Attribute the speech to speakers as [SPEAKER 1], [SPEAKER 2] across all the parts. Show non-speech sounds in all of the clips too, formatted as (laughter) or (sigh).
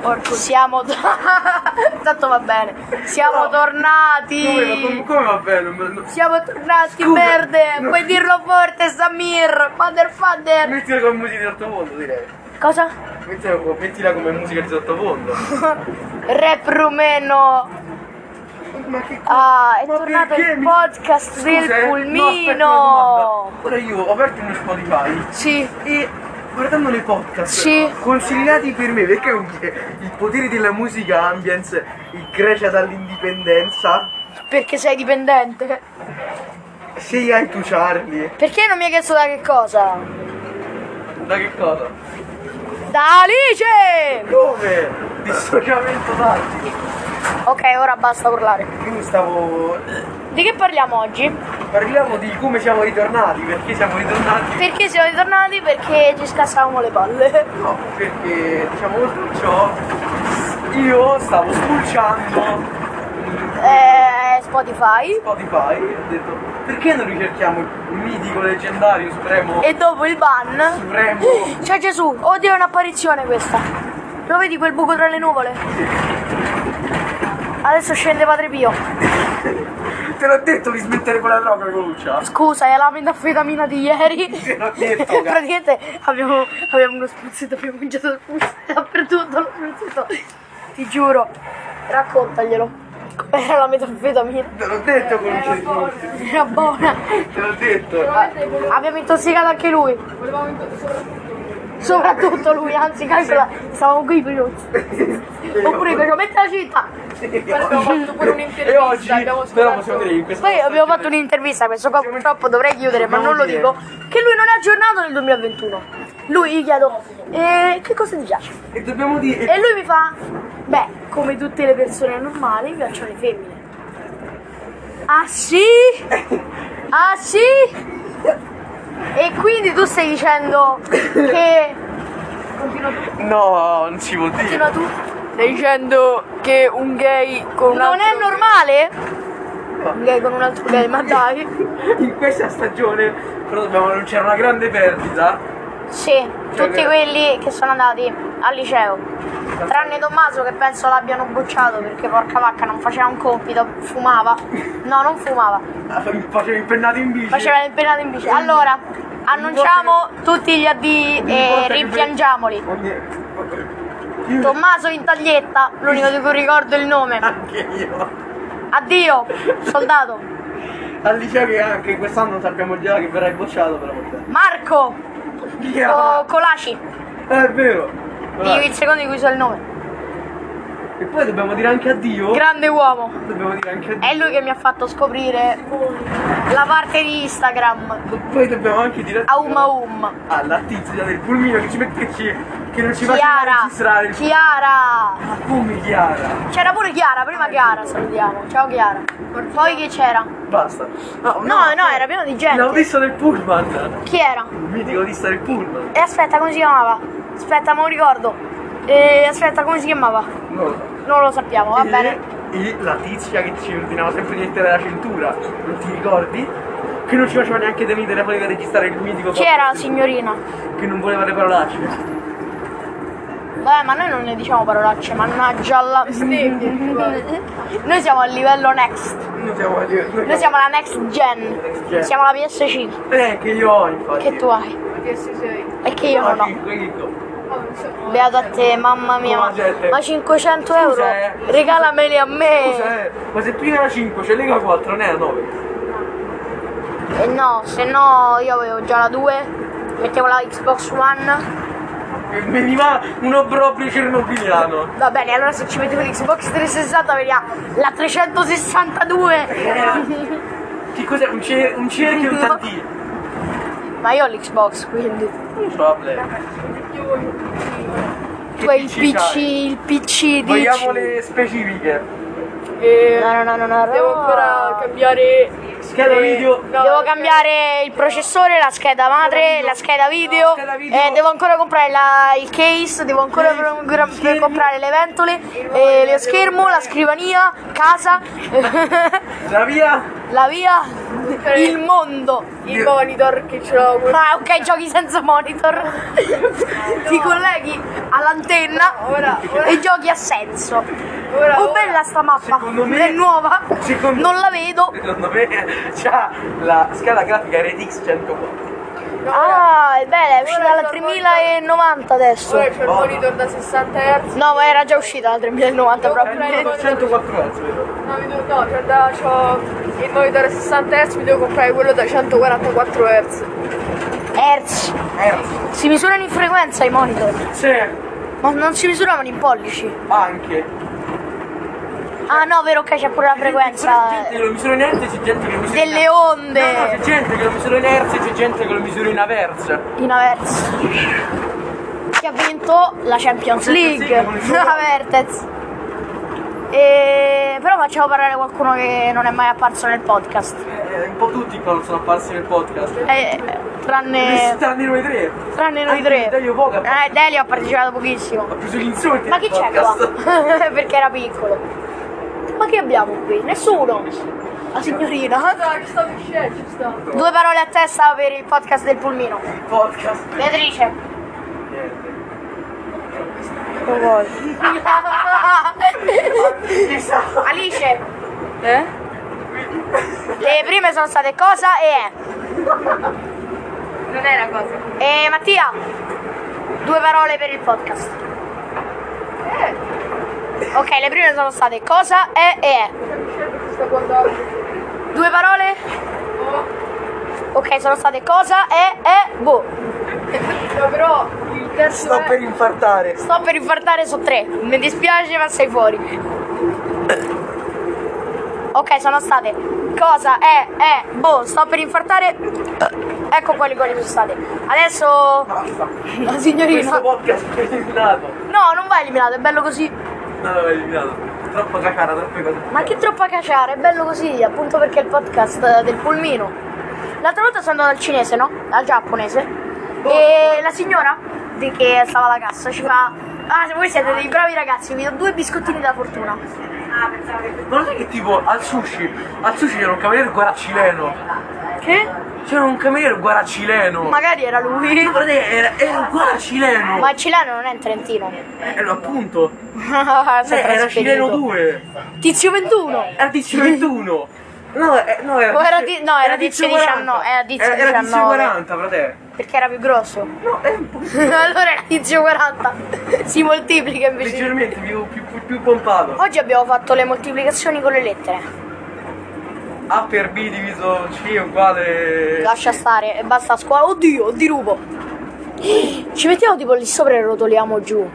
[SPEAKER 1] Porco, siamo. to- (laughs) Tanto va bene. Siamo
[SPEAKER 2] No. Come,
[SPEAKER 1] tornati.
[SPEAKER 2] come va bene? Non me lo-
[SPEAKER 1] Siamo tornati,
[SPEAKER 2] Scusa.
[SPEAKER 1] merde.
[SPEAKER 2] No.
[SPEAKER 1] Puoi dirlo forte, Samir. Father, father.
[SPEAKER 2] Mettila come musica di sottofondo, direi.
[SPEAKER 1] Cosa?
[SPEAKER 2] Mettila, mettila come musica di sottofondo.
[SPEAKER 1] Rap rumeno.
[SPEAKER 2] Ma che co-
[SPEAKER 1] Ah, è
[SPEAKER 2] ma
[SPEAKER 1] tornato
[SPEAKER 2] perché
[SPEAKER 1] il
[SPEAKER 2] mi-
[SPEAKER 1] podcast
[SPEAKER 2] Scusa,
[SPEAKER 1] del
[SPEAKER 2] eh, no, aspetta una
[SPEAKER 1] pulmino.
[SPEAKER 2] domanda. Ora io ho aperto uno Spotify
[SPEAKER 1] Sì.
[SPEAKER 2] e guardando le podcast
[SPEAKER 1] Sì.
[SPEAKER 2] consigliati per me perché il potere della musica ambience in Grecia dall'indipendenza
[SPEAKER 1] Perché sei dipendente?
[SPEAKER 2] sei hai tu Charlie
[SPEAKER 1] Perché non mi hai chiesto da che cosa?
[SPEAKER 2] da che cosa?
[SPEAKER 1] Da Alice!
[SPEAKER 2] come? dissociamento tattico
[SPEAKER 1] Ok, ora basta urlare.
[SPEAKER 2] quindi stavo
[SPEAKER 1] Di che parliamo oggi?
[SPEAKER 2] parliamo di come siamo ritornati perché siamo ritornati
[SPEAKER 1] Perché siamo ritornati? Perché ci scassavamo le palle.
[SPEAKER 2] No, perché diciamo oltre ciò io stavo spulciando
[SPEAKER 1] Eh, Spotify.
[SPEAKER 2] Spotify e ho detto perché non ricerchiamo il mitico leggendario supremo
[SPEAKER 1] E dopo il ban.
[SPEAKER 2] supremo
[SPEAKER 1] C'è Gesù. Oddio, è un'apparizione questa. Lo vedi quel buco tra le nuvole? Adesso scende Padre Pio.
[SPEAKER 2] (gasps) te l'ho detto di smettere quella droga Coluccia
[SPEAKER 1] Scusa, è la metafetamina di ieri.
[SPEAKER 2] te l'ho
[SPEAKER 1] (laughs)
[SPEAKER 2] detto cazzo.
[SPEAKER 1] Praticamente abbiamo, abbiamo uno spruzzetto, abbiamo mangiato spruzzetto (laughs) dappertutto lo spruzzetto. Ti giuro. Raccontaglielo. Com'era la metafetamina?
[SPEAKER 2] te l'ho detto Coluccia
[SPEAKER 1] Era buona.
[SPEAKER 2] te l'ho detto
[SPEAKER 1] Ah, Eh, Abbiamo intossicato anche lui. Soprattutto lui, anzi, calcola, stavamo qui per lui. Oppure che metti la città.
[SPEAKER 3] abbiamo fatto pure
[SPEAKER 2] e
[SPEAKER 3] un'intervista,
[SPEAKER 2] oggi
[SPEAKER 3] abbiamo
[SPEAKER 2] però
[SPEAKER 3] scoperto-
[SPEAKER 2] possiamo dire che in questo
[SPEAKER 1] Poi abbiamo fatto un'intervista, questo qua purtroppo dovrei chiudere, ma non lo dico, che lui non è aggiornato nel 2021. Lui gli chiedo, "Eh, che cosa ti piace?
[SPEAKER 2] e dobbiamo dire
[SPEAKER 1] E lui mi fa, beh, come tutte le persone normali, mi piacciono le femmine. Ah sì? Ah sì? E quindi tu stai dicendo che... Continua tu.
[SPEAKER 2] no non si può dire
[SPEAKER 1] Continua tu.
[SPEAKER 3] Stai dicendo che un gay con un
[SPEAKER 1] Non
[SPEAKER 3] altro
[SPEAKER 1] è normale? Un gay con un altro gay, ma dai.
[SPEAKER 2] in questa stagione però dobbiamo annunciare una grande perdita
[SPEAKER 1] Sì, tutti quelli che sono andati al liceo. Tranne Tommaso che penso l'abbiano bocciato perché porca vacca non faceva un compito, fumava. No, non fumava,
[SPEAKER 2] facevo impennato in bici
[SPEAKER 1] faceva il penato in bici. Allora, annunciamo tutti gli addii e rimpiangiamoli.
[SPEAKER 2] Ogni- Io-
[SPEAKER 1] Tommaso in taglietta, l'unico di cui ricordo il nome.
[SPEAKER 2] Anche io.
[SPEAKER 1] Addio, soldato.
[SPEAKER 2] Al liceo che anche quest'anno sappiamo già che verrai bocciato per la volta.
[SPEAKER 1] Marco o Oh.
[SPEAKER 2] Yeah.
[SPEAKER 1] Colaci,
[SPEAKER 2] Eh, È vero.
[SPEAKER 1] di il secondo di cui so il nome.
[SPEAKER 2] E poi dobbiamo dire anche addio.
[SPEAKER 1] Grande uomo.
[SPEAKER 2] dobbiamo dire anche addio.
[SPEAKER 1] È Eh, lui che mi ha fatto scoprire la parte di Instagram.
[SPEAKER 2] Poi dobbiamo anche dire addio
[SPEAKER 1] Aum aum.
[SPEAKER 2] alla tizia del pulmino che ci mette che ci che non ci faceva
[SPEAKER 1] Chiara.
[SPEAKER 2] registrare il
[SPEAKER 1] Chiara.
[SPEAKER 2] Ma come Chiara?
[SPEAKER 1] C'era pure Chiara, prima Chiara salutiamo. Ciao Chiara. Poi chi c'era?
[SPEAKER 2] Basta. No, eh,
[SPEAKER 1] No, no, era pieno di gente.
[SPEAKER 2] L'autista del pullman.
[SPEAKER 1] Chi era?
[SPEAKER 2] Il mitico autista del pullman.
[SPEAKER 1] E aspetta, come si chiamava? Aspetta, me lo ricordo. E aspetta, come si chiamava?
[SPEAKER 2] Non lo so.
[SPEAKER 1] Non lo sappiamo, va bene.
[SPEAKER 2] E, e la tizia che ci ordinava sempre di mettere la cintura, non ti ricordi? Che non ci faceva neanche tenere i telefoni per registrare il mitico
[SPEAKER 1] Chi era la
[SPEAKER 2] podcast,
[SPEAKER 1] signorina?
[SPEAKER 2] Che non voleva le parolacce.
[SPEAKER 1] Vabbè, ma noi non ne diciamo parolacce, mannaggia la... Noi siamo al livello next.
[SPEAKER 2] Noi siamo a dire.
[SPEAKER 1] Noi siamo la next gen. Siamo la PS5.
[SPEAKER 2] Eh, che io ho infatti. Ah,
[SPEAKER 1] Che tu hai.
[SPEAKER 3] Che se sei-
[SPEAKER 1] E che io non ho.
[SPEAKER 3] oh, non so, no.
[SPEAKER 1] Beato a te, mamma mia.
[SPEAKER 2] No, gente.
[SPEAKER 1] Ma 500 euro?
[SPEAKER 2] eh.
[SPEAKER 1] Regalameli a me.
[SPEAKER 2] Scusa, eh, ma se prima era 5, c'è l'ega 4, non era 9.
[SPEAKER 1] E no, se no io avevo già la 2, mettevo la Xbox One.
[SPEAKER 2] Mi veniva un
[SPEAKER 1] (laughs)
[SPEAKER 2] obbrobrio cernobiliano.
[SPEAKER 1] Va bene, allora se ci mettevo l'Xbox 360 veniva la 362.
[SPEAKER 2] Che cos'è? Un, cer- un cerchio e un
[SPEAKER 1] No.
[SPEAKER 2] tantino.
[SPEAKER 1] Ma io ho l'Xbox, quindi.
[SPEAKER 2] Non so, vabbè.
[SPEAKER 1] Tu hai il
[SPEAKER 2] Che PC
[SPEAKER 1] PC,
[SPEAKER 2] c'hai?
[SPEAKER 1] il PC di.
[SPEAKER 2] Vogliamo le specifiche.
[SPEAKER 3] Eh,
[SPEAKER 1] No, no, no, no, no.
[SPEAKER 3] Devo ancora cambiare
[SPEAKER 2] Scheda
[SPEAKER 3] eh,
[SPEAKER 2] video.
[SPEAKER 3] no,
[SPEAKER 1] Ah. Devo
[SPEAKER 3] perché-
[SPEAKER 1] cambiare il processore, la scheda madre, la scheda video,
[SPEAKER 2] La scheda video.
[SPEAKER 1] eh, devo ancora comprare la- il case, devo ancora
[SPEAKER 2] Case,
[SPEAKER 1] pro- gra-
[SPEAKER 2] schermi.
[SPEAKER 1] comprare le ventole, eh, lo schermo, la eh, scrivania, casa,
[SPEAKER 2] La via.
[SPEAKER 1] la via, il mondo.
[SPEAKER 3] i eh, monitor che ce l'ho con...
[SPEAKER 1] Ah, ok, giochi senza monitor. (laughs) Ti colleghi all'antenna
[SPEAKER 3] Ora, ora,
[SPEAKER 1] e giochi a senso.
[SPEAKER 3] ora,
[SPEAKER 1] Oh,
[SPEAKER 3] ora.
[SPEAKER 1] bella sta mappa.
[SPEAKER 2] Secondo me-
[SPEAKER 1] È nuova.
[SPEAKER 2] secondo-
[SPEAKER 1] Non la vedo.
[SPEAKER 2] Secondo me c'ha la scala grafica RTX 140.
[SPEAKER 3] No, ora,
[SPEAKER 1] Ah, è bella, è uscita
[SPEAKER 3] Ora
[SPEAKER 1] la
[SPEAKER 3] c'ho il
[SPEAKER 1] 3090 adesso.
[SPEAKER 3] ora c'ho il monitor da 60 Hz.
[SPEAKER 1] No, ma era già uscita la 3090
[SPEAKER 3] Devo
[SPEAKER 1] proprio.
[SPEAKER 3] comprare il monitor.
[SPEAKER 2] 104 Hz, vero?
[SPEAKER 3] No, mi devo- no, c'ho da- c'ho il monitor a 60 Hz, mi devo comprare quello da 144 Hz.
[SPEAKER 1] Hertz.
[SPEAKER 2] Hertz.
[SPEAKER 1] Si misurano in frequenza i monitor.
[SPEAKER 2] Sì,
[SPEAKER 1] Ma non si misuravano in pollici.
[SPEAKER 2] anche.
[SPEAKER 1] Ah no, vero che c'è pure la
[SPEAKER 2] C'è
[SPEAKER 1] frequenza
[SPEAKER 2] gente che lo misura in hertz, c'è gente che lo misura in-
[SPEAKER 1] delle
[SPEAKER 2] No, no, c'è
[SPEAKER 1] onde
[SPEAKER 2] gente che lo misura in hertz, c'è gente che lo misura in aversa.
[SPEAKER 1] in Avertz. Che ha vinto la Champions League.
[SPEAKER 2] Champions League.
[SPEAKER 1] Avertez. E... Però facciamo parlare qualcuno che non è mai apparso nel podcast.
[SPEAKER 2] Eh, un po' tutti qua non sono apparsi nel podcast.
[SPEAKER 1] Eh, tranne,
[SPEAKER 2] Tranne noi tre.
[SPEAKER 1] Eh. tranne noi
[SPEAKER 2] Anche
[SPEAKER 1] tre.
[SPEAKER 2] Delio Poca ha
[SPEAKER 1] Eh, Delio ha partecipato pochissimo.
[SPEAKER 2] ha preso gli insulti.
[SPEAKER 1] Ma
[SPEAKER 2] nel
[SPEAKER 1] chi c'è
[SPEAKER 2] podcast.
[SPEAKER 1] qua? (laughs) Perché era piccolo. Ma che abbiamo qui? Nessuno. La
[SPEAKER 2] Certo.
[SPEAKER 1] signorina.
[SPEAKER 3] No, ci sto uscendo, ci sto.
[SPEAKER 1] Due parole a testa per il podcast del pulmino.
[SPEAKER 2] Il podcast.
[SPEAKER 1] Beatrice.
[SPEAKER 2] Niente.
[SPEAKER 1] Eh.
[SPEAKER 2] Chissà.
[SPEAKER 1] Alice.
[SPEAKER 3] Eh?
[SPEAKER 1] Le prime sono state cosa e è.
[SPEAKER 3] Non è una cosa.
[SPEAKER 1] E Mattia. Due parole per il podcast.
[SPEAKER 3] Eh,
[SPEAKER 1] Ok, le prime sono state cosa è e è.
[SPEAKER 3] ci sto guardando.
[SPEAKER 1] Due parole? Ok, sono state cosa e e boh.
[SPEAKER 3] No, però il terzo
[SPEAKER 2] Sto
[SPEAKER 3] è-
[SPEAKER 2] per infartare.
[SPEAKER 1] Sto per infartare su tre. Mi dispiace, ma sei fuori. Ok, sono state. Cosa è, è, boh, sto per infartare. Ecco quali quali sono state. Adesso.
[SPEAKER 2] Basta.
[SPEAKER 1] La
[SPEAKER 2] Questo
[SPEAKER 1] signorina.
[SPEAKER 2] podcast è eliminato.
[SPEAKER 1] No, non va eliminato, è bello così.
[SPEAKER 2] No, l'ho eliminato. Troppa cacara, troppe cose.
[SPEAKER 1] Ma che troppa caciare, è bello così, appunto perché è il podcast eh, del pulmino. L'altra volta sono andata al cinese, no? Al giapponese. Boh. E la signora di che stava alla cassa ci fa. Ah, voi siete dei bravi ragazzi, vi do due biscottini da fortuna.
[SPEAKER 2] Ma lo sai che tipo al sushi, al sushi c'era un cameriere guaracileno.
[SPEAKER 1] Che?
[SPEAKER 2] C'era un cameriere guaracileno.
[SPEAKER 1] Magari era lui.
[SPEAKER 2] Ma era, era un guaracileno.
[SPEAKER 1] Ma il cileno non è in Trentino. (laughs)
[SPEAKER 2] Eh, lo appunto.
[SPEAKER 1] Sì,
[SPEAKER 2] Eh, era cileno 2.
[SPEAKER 1] Tizio 21.
[SPEAKER 2] Era tizio 21. No, eh, no, era,
[SPEAKER 1] O era di- no, era tizio 19, era
[SPEAKER 2] Era
[SPEAKER 1] tizio
[SPEAKER 2] era, tizio
[SPEAKER 1] 19.
[SPEAKER 2] 40, frate.
[SPEAKER 1] Perché era più grosso. (laughs)
[SPEAKER 2] No, è un po'
[SPEAKER 1] allora era tizio 40. Si moltiplica invece. di-
[SPEAKER 2] leggermente più, più, più, più pompato.
[SPEAKER 1] Oggi abbiamo fatto le moltiplicazioni con le lettere.
[SPEAKER 2] A per B diviso C uguale...
[SPEAKER 1] Lascia stare, e basta a scuola. Oddio, dirupo. Ci mettiamo tipo lì sopra e rotoliamo giù.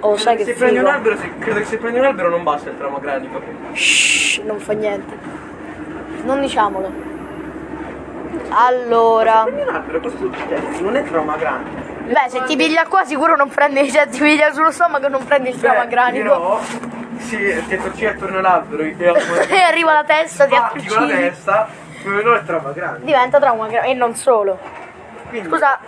[SPEAKER 1] Oh, sai
[SPEAKER 2] Eh, se
[SPEAKER 1] che
[SPEAKER 2] prendi un
[SPEAKER 1] figo.
[SPEAKER 2] albero, se- credo che se prendi un albero non basta il trauma cranico.
[SPEAKER 1] Shh, non fa niente. Non diciamolo. Allora.
[SPEAKER 2] Prendi un albero, cosa succede? Non è trauma cranico.
[SPEAKER 1] Beh, se ti piglia qua sicuro non prendi, se ti piglia sullo stomaco non prendi il trauma
[SPEAKER 2] Beh,
[SPEAKER 1] cranico.
[SPEAKER 2] Però, se ti torci attorno all'albero e
[SPEAKER 1] (laughs)
[SPEAKER 2] (laughs)
[SPEAKER 1] E arriva la testa, ti
[SPEAKER 2] batti con Ah, la
[SPEAKER 1] attorcigli.
[SPEAKER 2] testa, non è trauma cranico.
[SPEAKER 1] Diventa trauma cranico e non solo.
[SPEAKER 2] Quindi-
[SPEAKER 1] Scusa,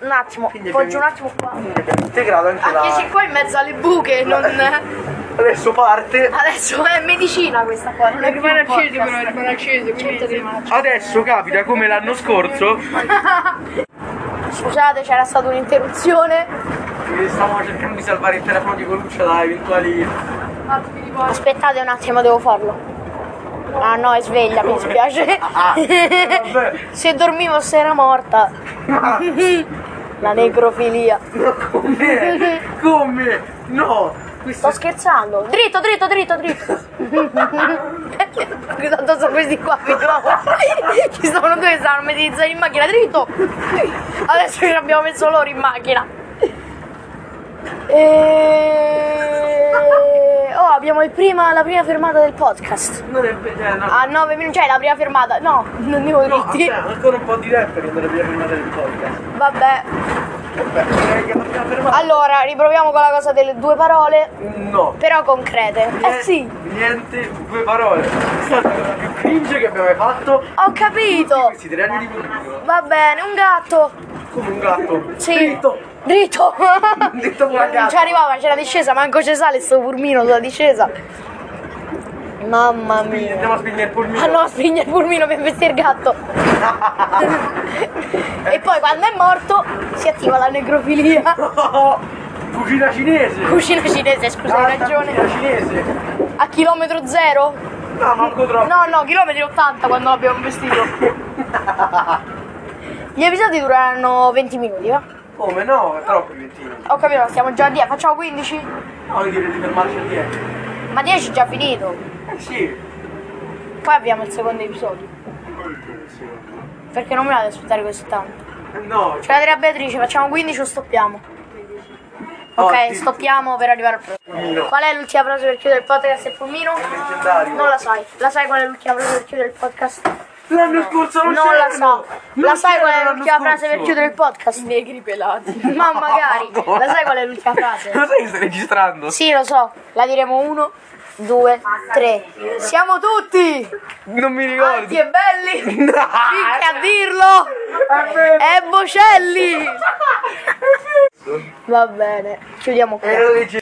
[SPEAKER 1] un attimo,
[SPEAKER 2] Quindi
[SPEAKER 1] poggi un
[SPEAKER 2] abbiamo-
[SPEAKER 1] attimo qua.
[SPEAKER 2] quindi abbiamo integrato anche,
[SPEAKER 1] Anche
[SPEAKER 2] la...
[SPEAKER 1] se qua in mezzo alle buche non... (laughs)
[SPEAKER 2] Adesso parte.
[SPEAKER 1] Adesso è medicina questa qua, non è più
[SPEAKER 3] Rimane
[SPEAKER 1] un
[SPEAKER 3] acceso, però
[SPEAKER 1] podcast.
[SPEAKER 3] rimane acceso.
[SPEAKER 1] Certo che
[SPEAKER 3] Quindi...
[SPEAKER 1] rimane acceso.
[SPEAKER 2] Adesso capita come l'anno scorso.
[SPEAKER 1] Scusate, c'era stata un'interruzione.
[SPEAKER 2] Stavamo cercando di salvare il telefono di Coluccia da eventuali.
[SPEAKER 3] Attimi di poi.
[SPEAKER 1] Aspettate un attimo, devo farlo. Ah no, è sveglia, mi spiace. (laughs)
[SPEAKER 2] Ah, eh, vabbè. Ah.
[SPEAKER 1] se dormivo se era morta. (laughs) La necrofilia.
[SPEAKER 2] No, come? Come? No! Questo
[SPEAKER 1] Sto scherzando. Dritto, dritto, dritto, dritto. Scusa, tanto sono questi qua mi trovo. Ci sono due che stanno mettizzando in macchina, dritto. Adesso ci abbiamo messo loro in macchina. E... Oh, abbiamo il prima- la prima fermata del podcast.
[SPEAKER 2] non è bene. No,
[SPEAKER 1] A 9 minuti, cioè la prima fermata. No, non devo
[SPEAKER 2] no cioè.
[SPEAKER 1] dirti.
[SPEAKER 2] aspetta, ancora un po' di tempo che dovrebbe arrivare il podcast.
[SPEAKER 1] Vabbè.
[SPEAKER 2] Vabbè, direi che abbiamo fermato.
[SPEAKER 1] Allora, riproviamo con la cosa delle due parole,
[SPEAKER 2] No.
[SPEAKER 1] però concrete. Eh sì,
[SPEAKER 2] Niente, due parole. È stata la cosa più cringe che abbiamo mai fatto.
[SPEAKER 1] ho capito.
[SPEAKER 2] Questi tre anni di pubblico.
[SPEAKER 1] Va bene, un gatto.
[SPEAKER 2] Come un gatto.
[SPEAKER 1] Sì. Cioè,
[SPEAKER 2] Dritto.
[SPEAKER 1] Dritto.
[SPEAKER 2] Dritto come un
[SPEAKER 1] Non ci
[SPEAKER 2] gatto.
[SPEAKER 1] arrivava, c'era discesa, manco ci sale sto purmino sulla discesa. Mamma mia.
[SPEAKER 2] Andiamo a spegnere il polmino.
[SPEAKER 1] Ah no, spegne il pulmino per vestire il gatto. e poi quando è morto si attiva la necrofilia.
[SPEAKER 2] (laughs) Cucina cinese.
[SPEAKER 1] Cucina cinese, scusa, hai
[SPEAKER 2] Alta
[SPEAKER 1] ragione.
[SPEAKER 2] Cucina cinese.
[SPEAKER 1] A chilometro zero?
[SPEAKER 2] No, manco troppo.
[SPEAKER 1] No, no, chilometri 80 quando l'abbiamo vestito. Gli episodi durano 20 minuti, va?
[SPEAKER 2] Come no? È troppo Ventino.
[SPEAKER 1] Ho capito, ma siamo già a 10, facciamo 15?
[SPEAKER 2] No, io direi di fermarci a 10.
[SPEAKER 1] Ma 10 è già finito.
[SPEAKER 2] Eh sì.
[SPEAKER 1] Poi abbiamo il secondo episodio. Perché non me la devo aspettare così tanto.
[SPEAKER 2] Eh, No.
[SPEAKER 1] Cioè, Andrea Beatrice, facciamo 15 o stoppiamo?
[SPEAKER 2] Oh,
[SPEAKER 1] Ok,
[SPEAKER 2] sì.
[SPEAKER 1] stoppiamo per arrivare al prossimo.
[SPEAKER 2] Polmino.
[SPEAKER 1] Qual è l'ultima frase per chiudere il podcast del pulmino?
[SPEAKER 2] Leggendario.
[SPEAKER 1] Non la sai. La sai qual è l'ultima frase per chiudere il podcast?
[SPEAKER 2] L'anno scorso non,
[SPEAKER 1] Non la
[SPEAKER 2] c'erano.
[SPEAKER 1] so. La
[SPEAKER 2] Non
[SPEAKER 1] sai qual è
[SPEAKER 2] c'erano
[SPEAKER 1] l'ultima
[SPEAKER 2] l'anno
[SPEAKER 1] frase per
[SPEAKER 2] scorso.
[SPEAKER 1] chiudere il podcast?
[SPEAKER 2] (laughs)
[SPEAKER 3] Negri pelati.
[SPEAKER 1] Ma magari.
[SPEAKER 2] Madonna.
[SPEAKER 1] La sai qual è l'ultima
[SPEAKER 2] (laughs)
[SPEAKER 1] frase?
[SPEAKER 2] Lo sai che stai registrando?
[SPEAKER 1] Sì, lo so. La diremo uno, due, tre. Siamo tutti
[SPEAKER 2] Non mi
[SPEAKER 1] alti
[SPEAKER 2] ricordo.
[SPEAKER 1] e belli. Finché
[SPEAKER 2] (laughs) No.
[SPEAKER 1] a dirlo
[SPEAKER 2] È vero. (laughs)
[SPEAKER 1] è Bocelli. Va bene, chiudiamo qui.
[SPEAKER 2] Era legge-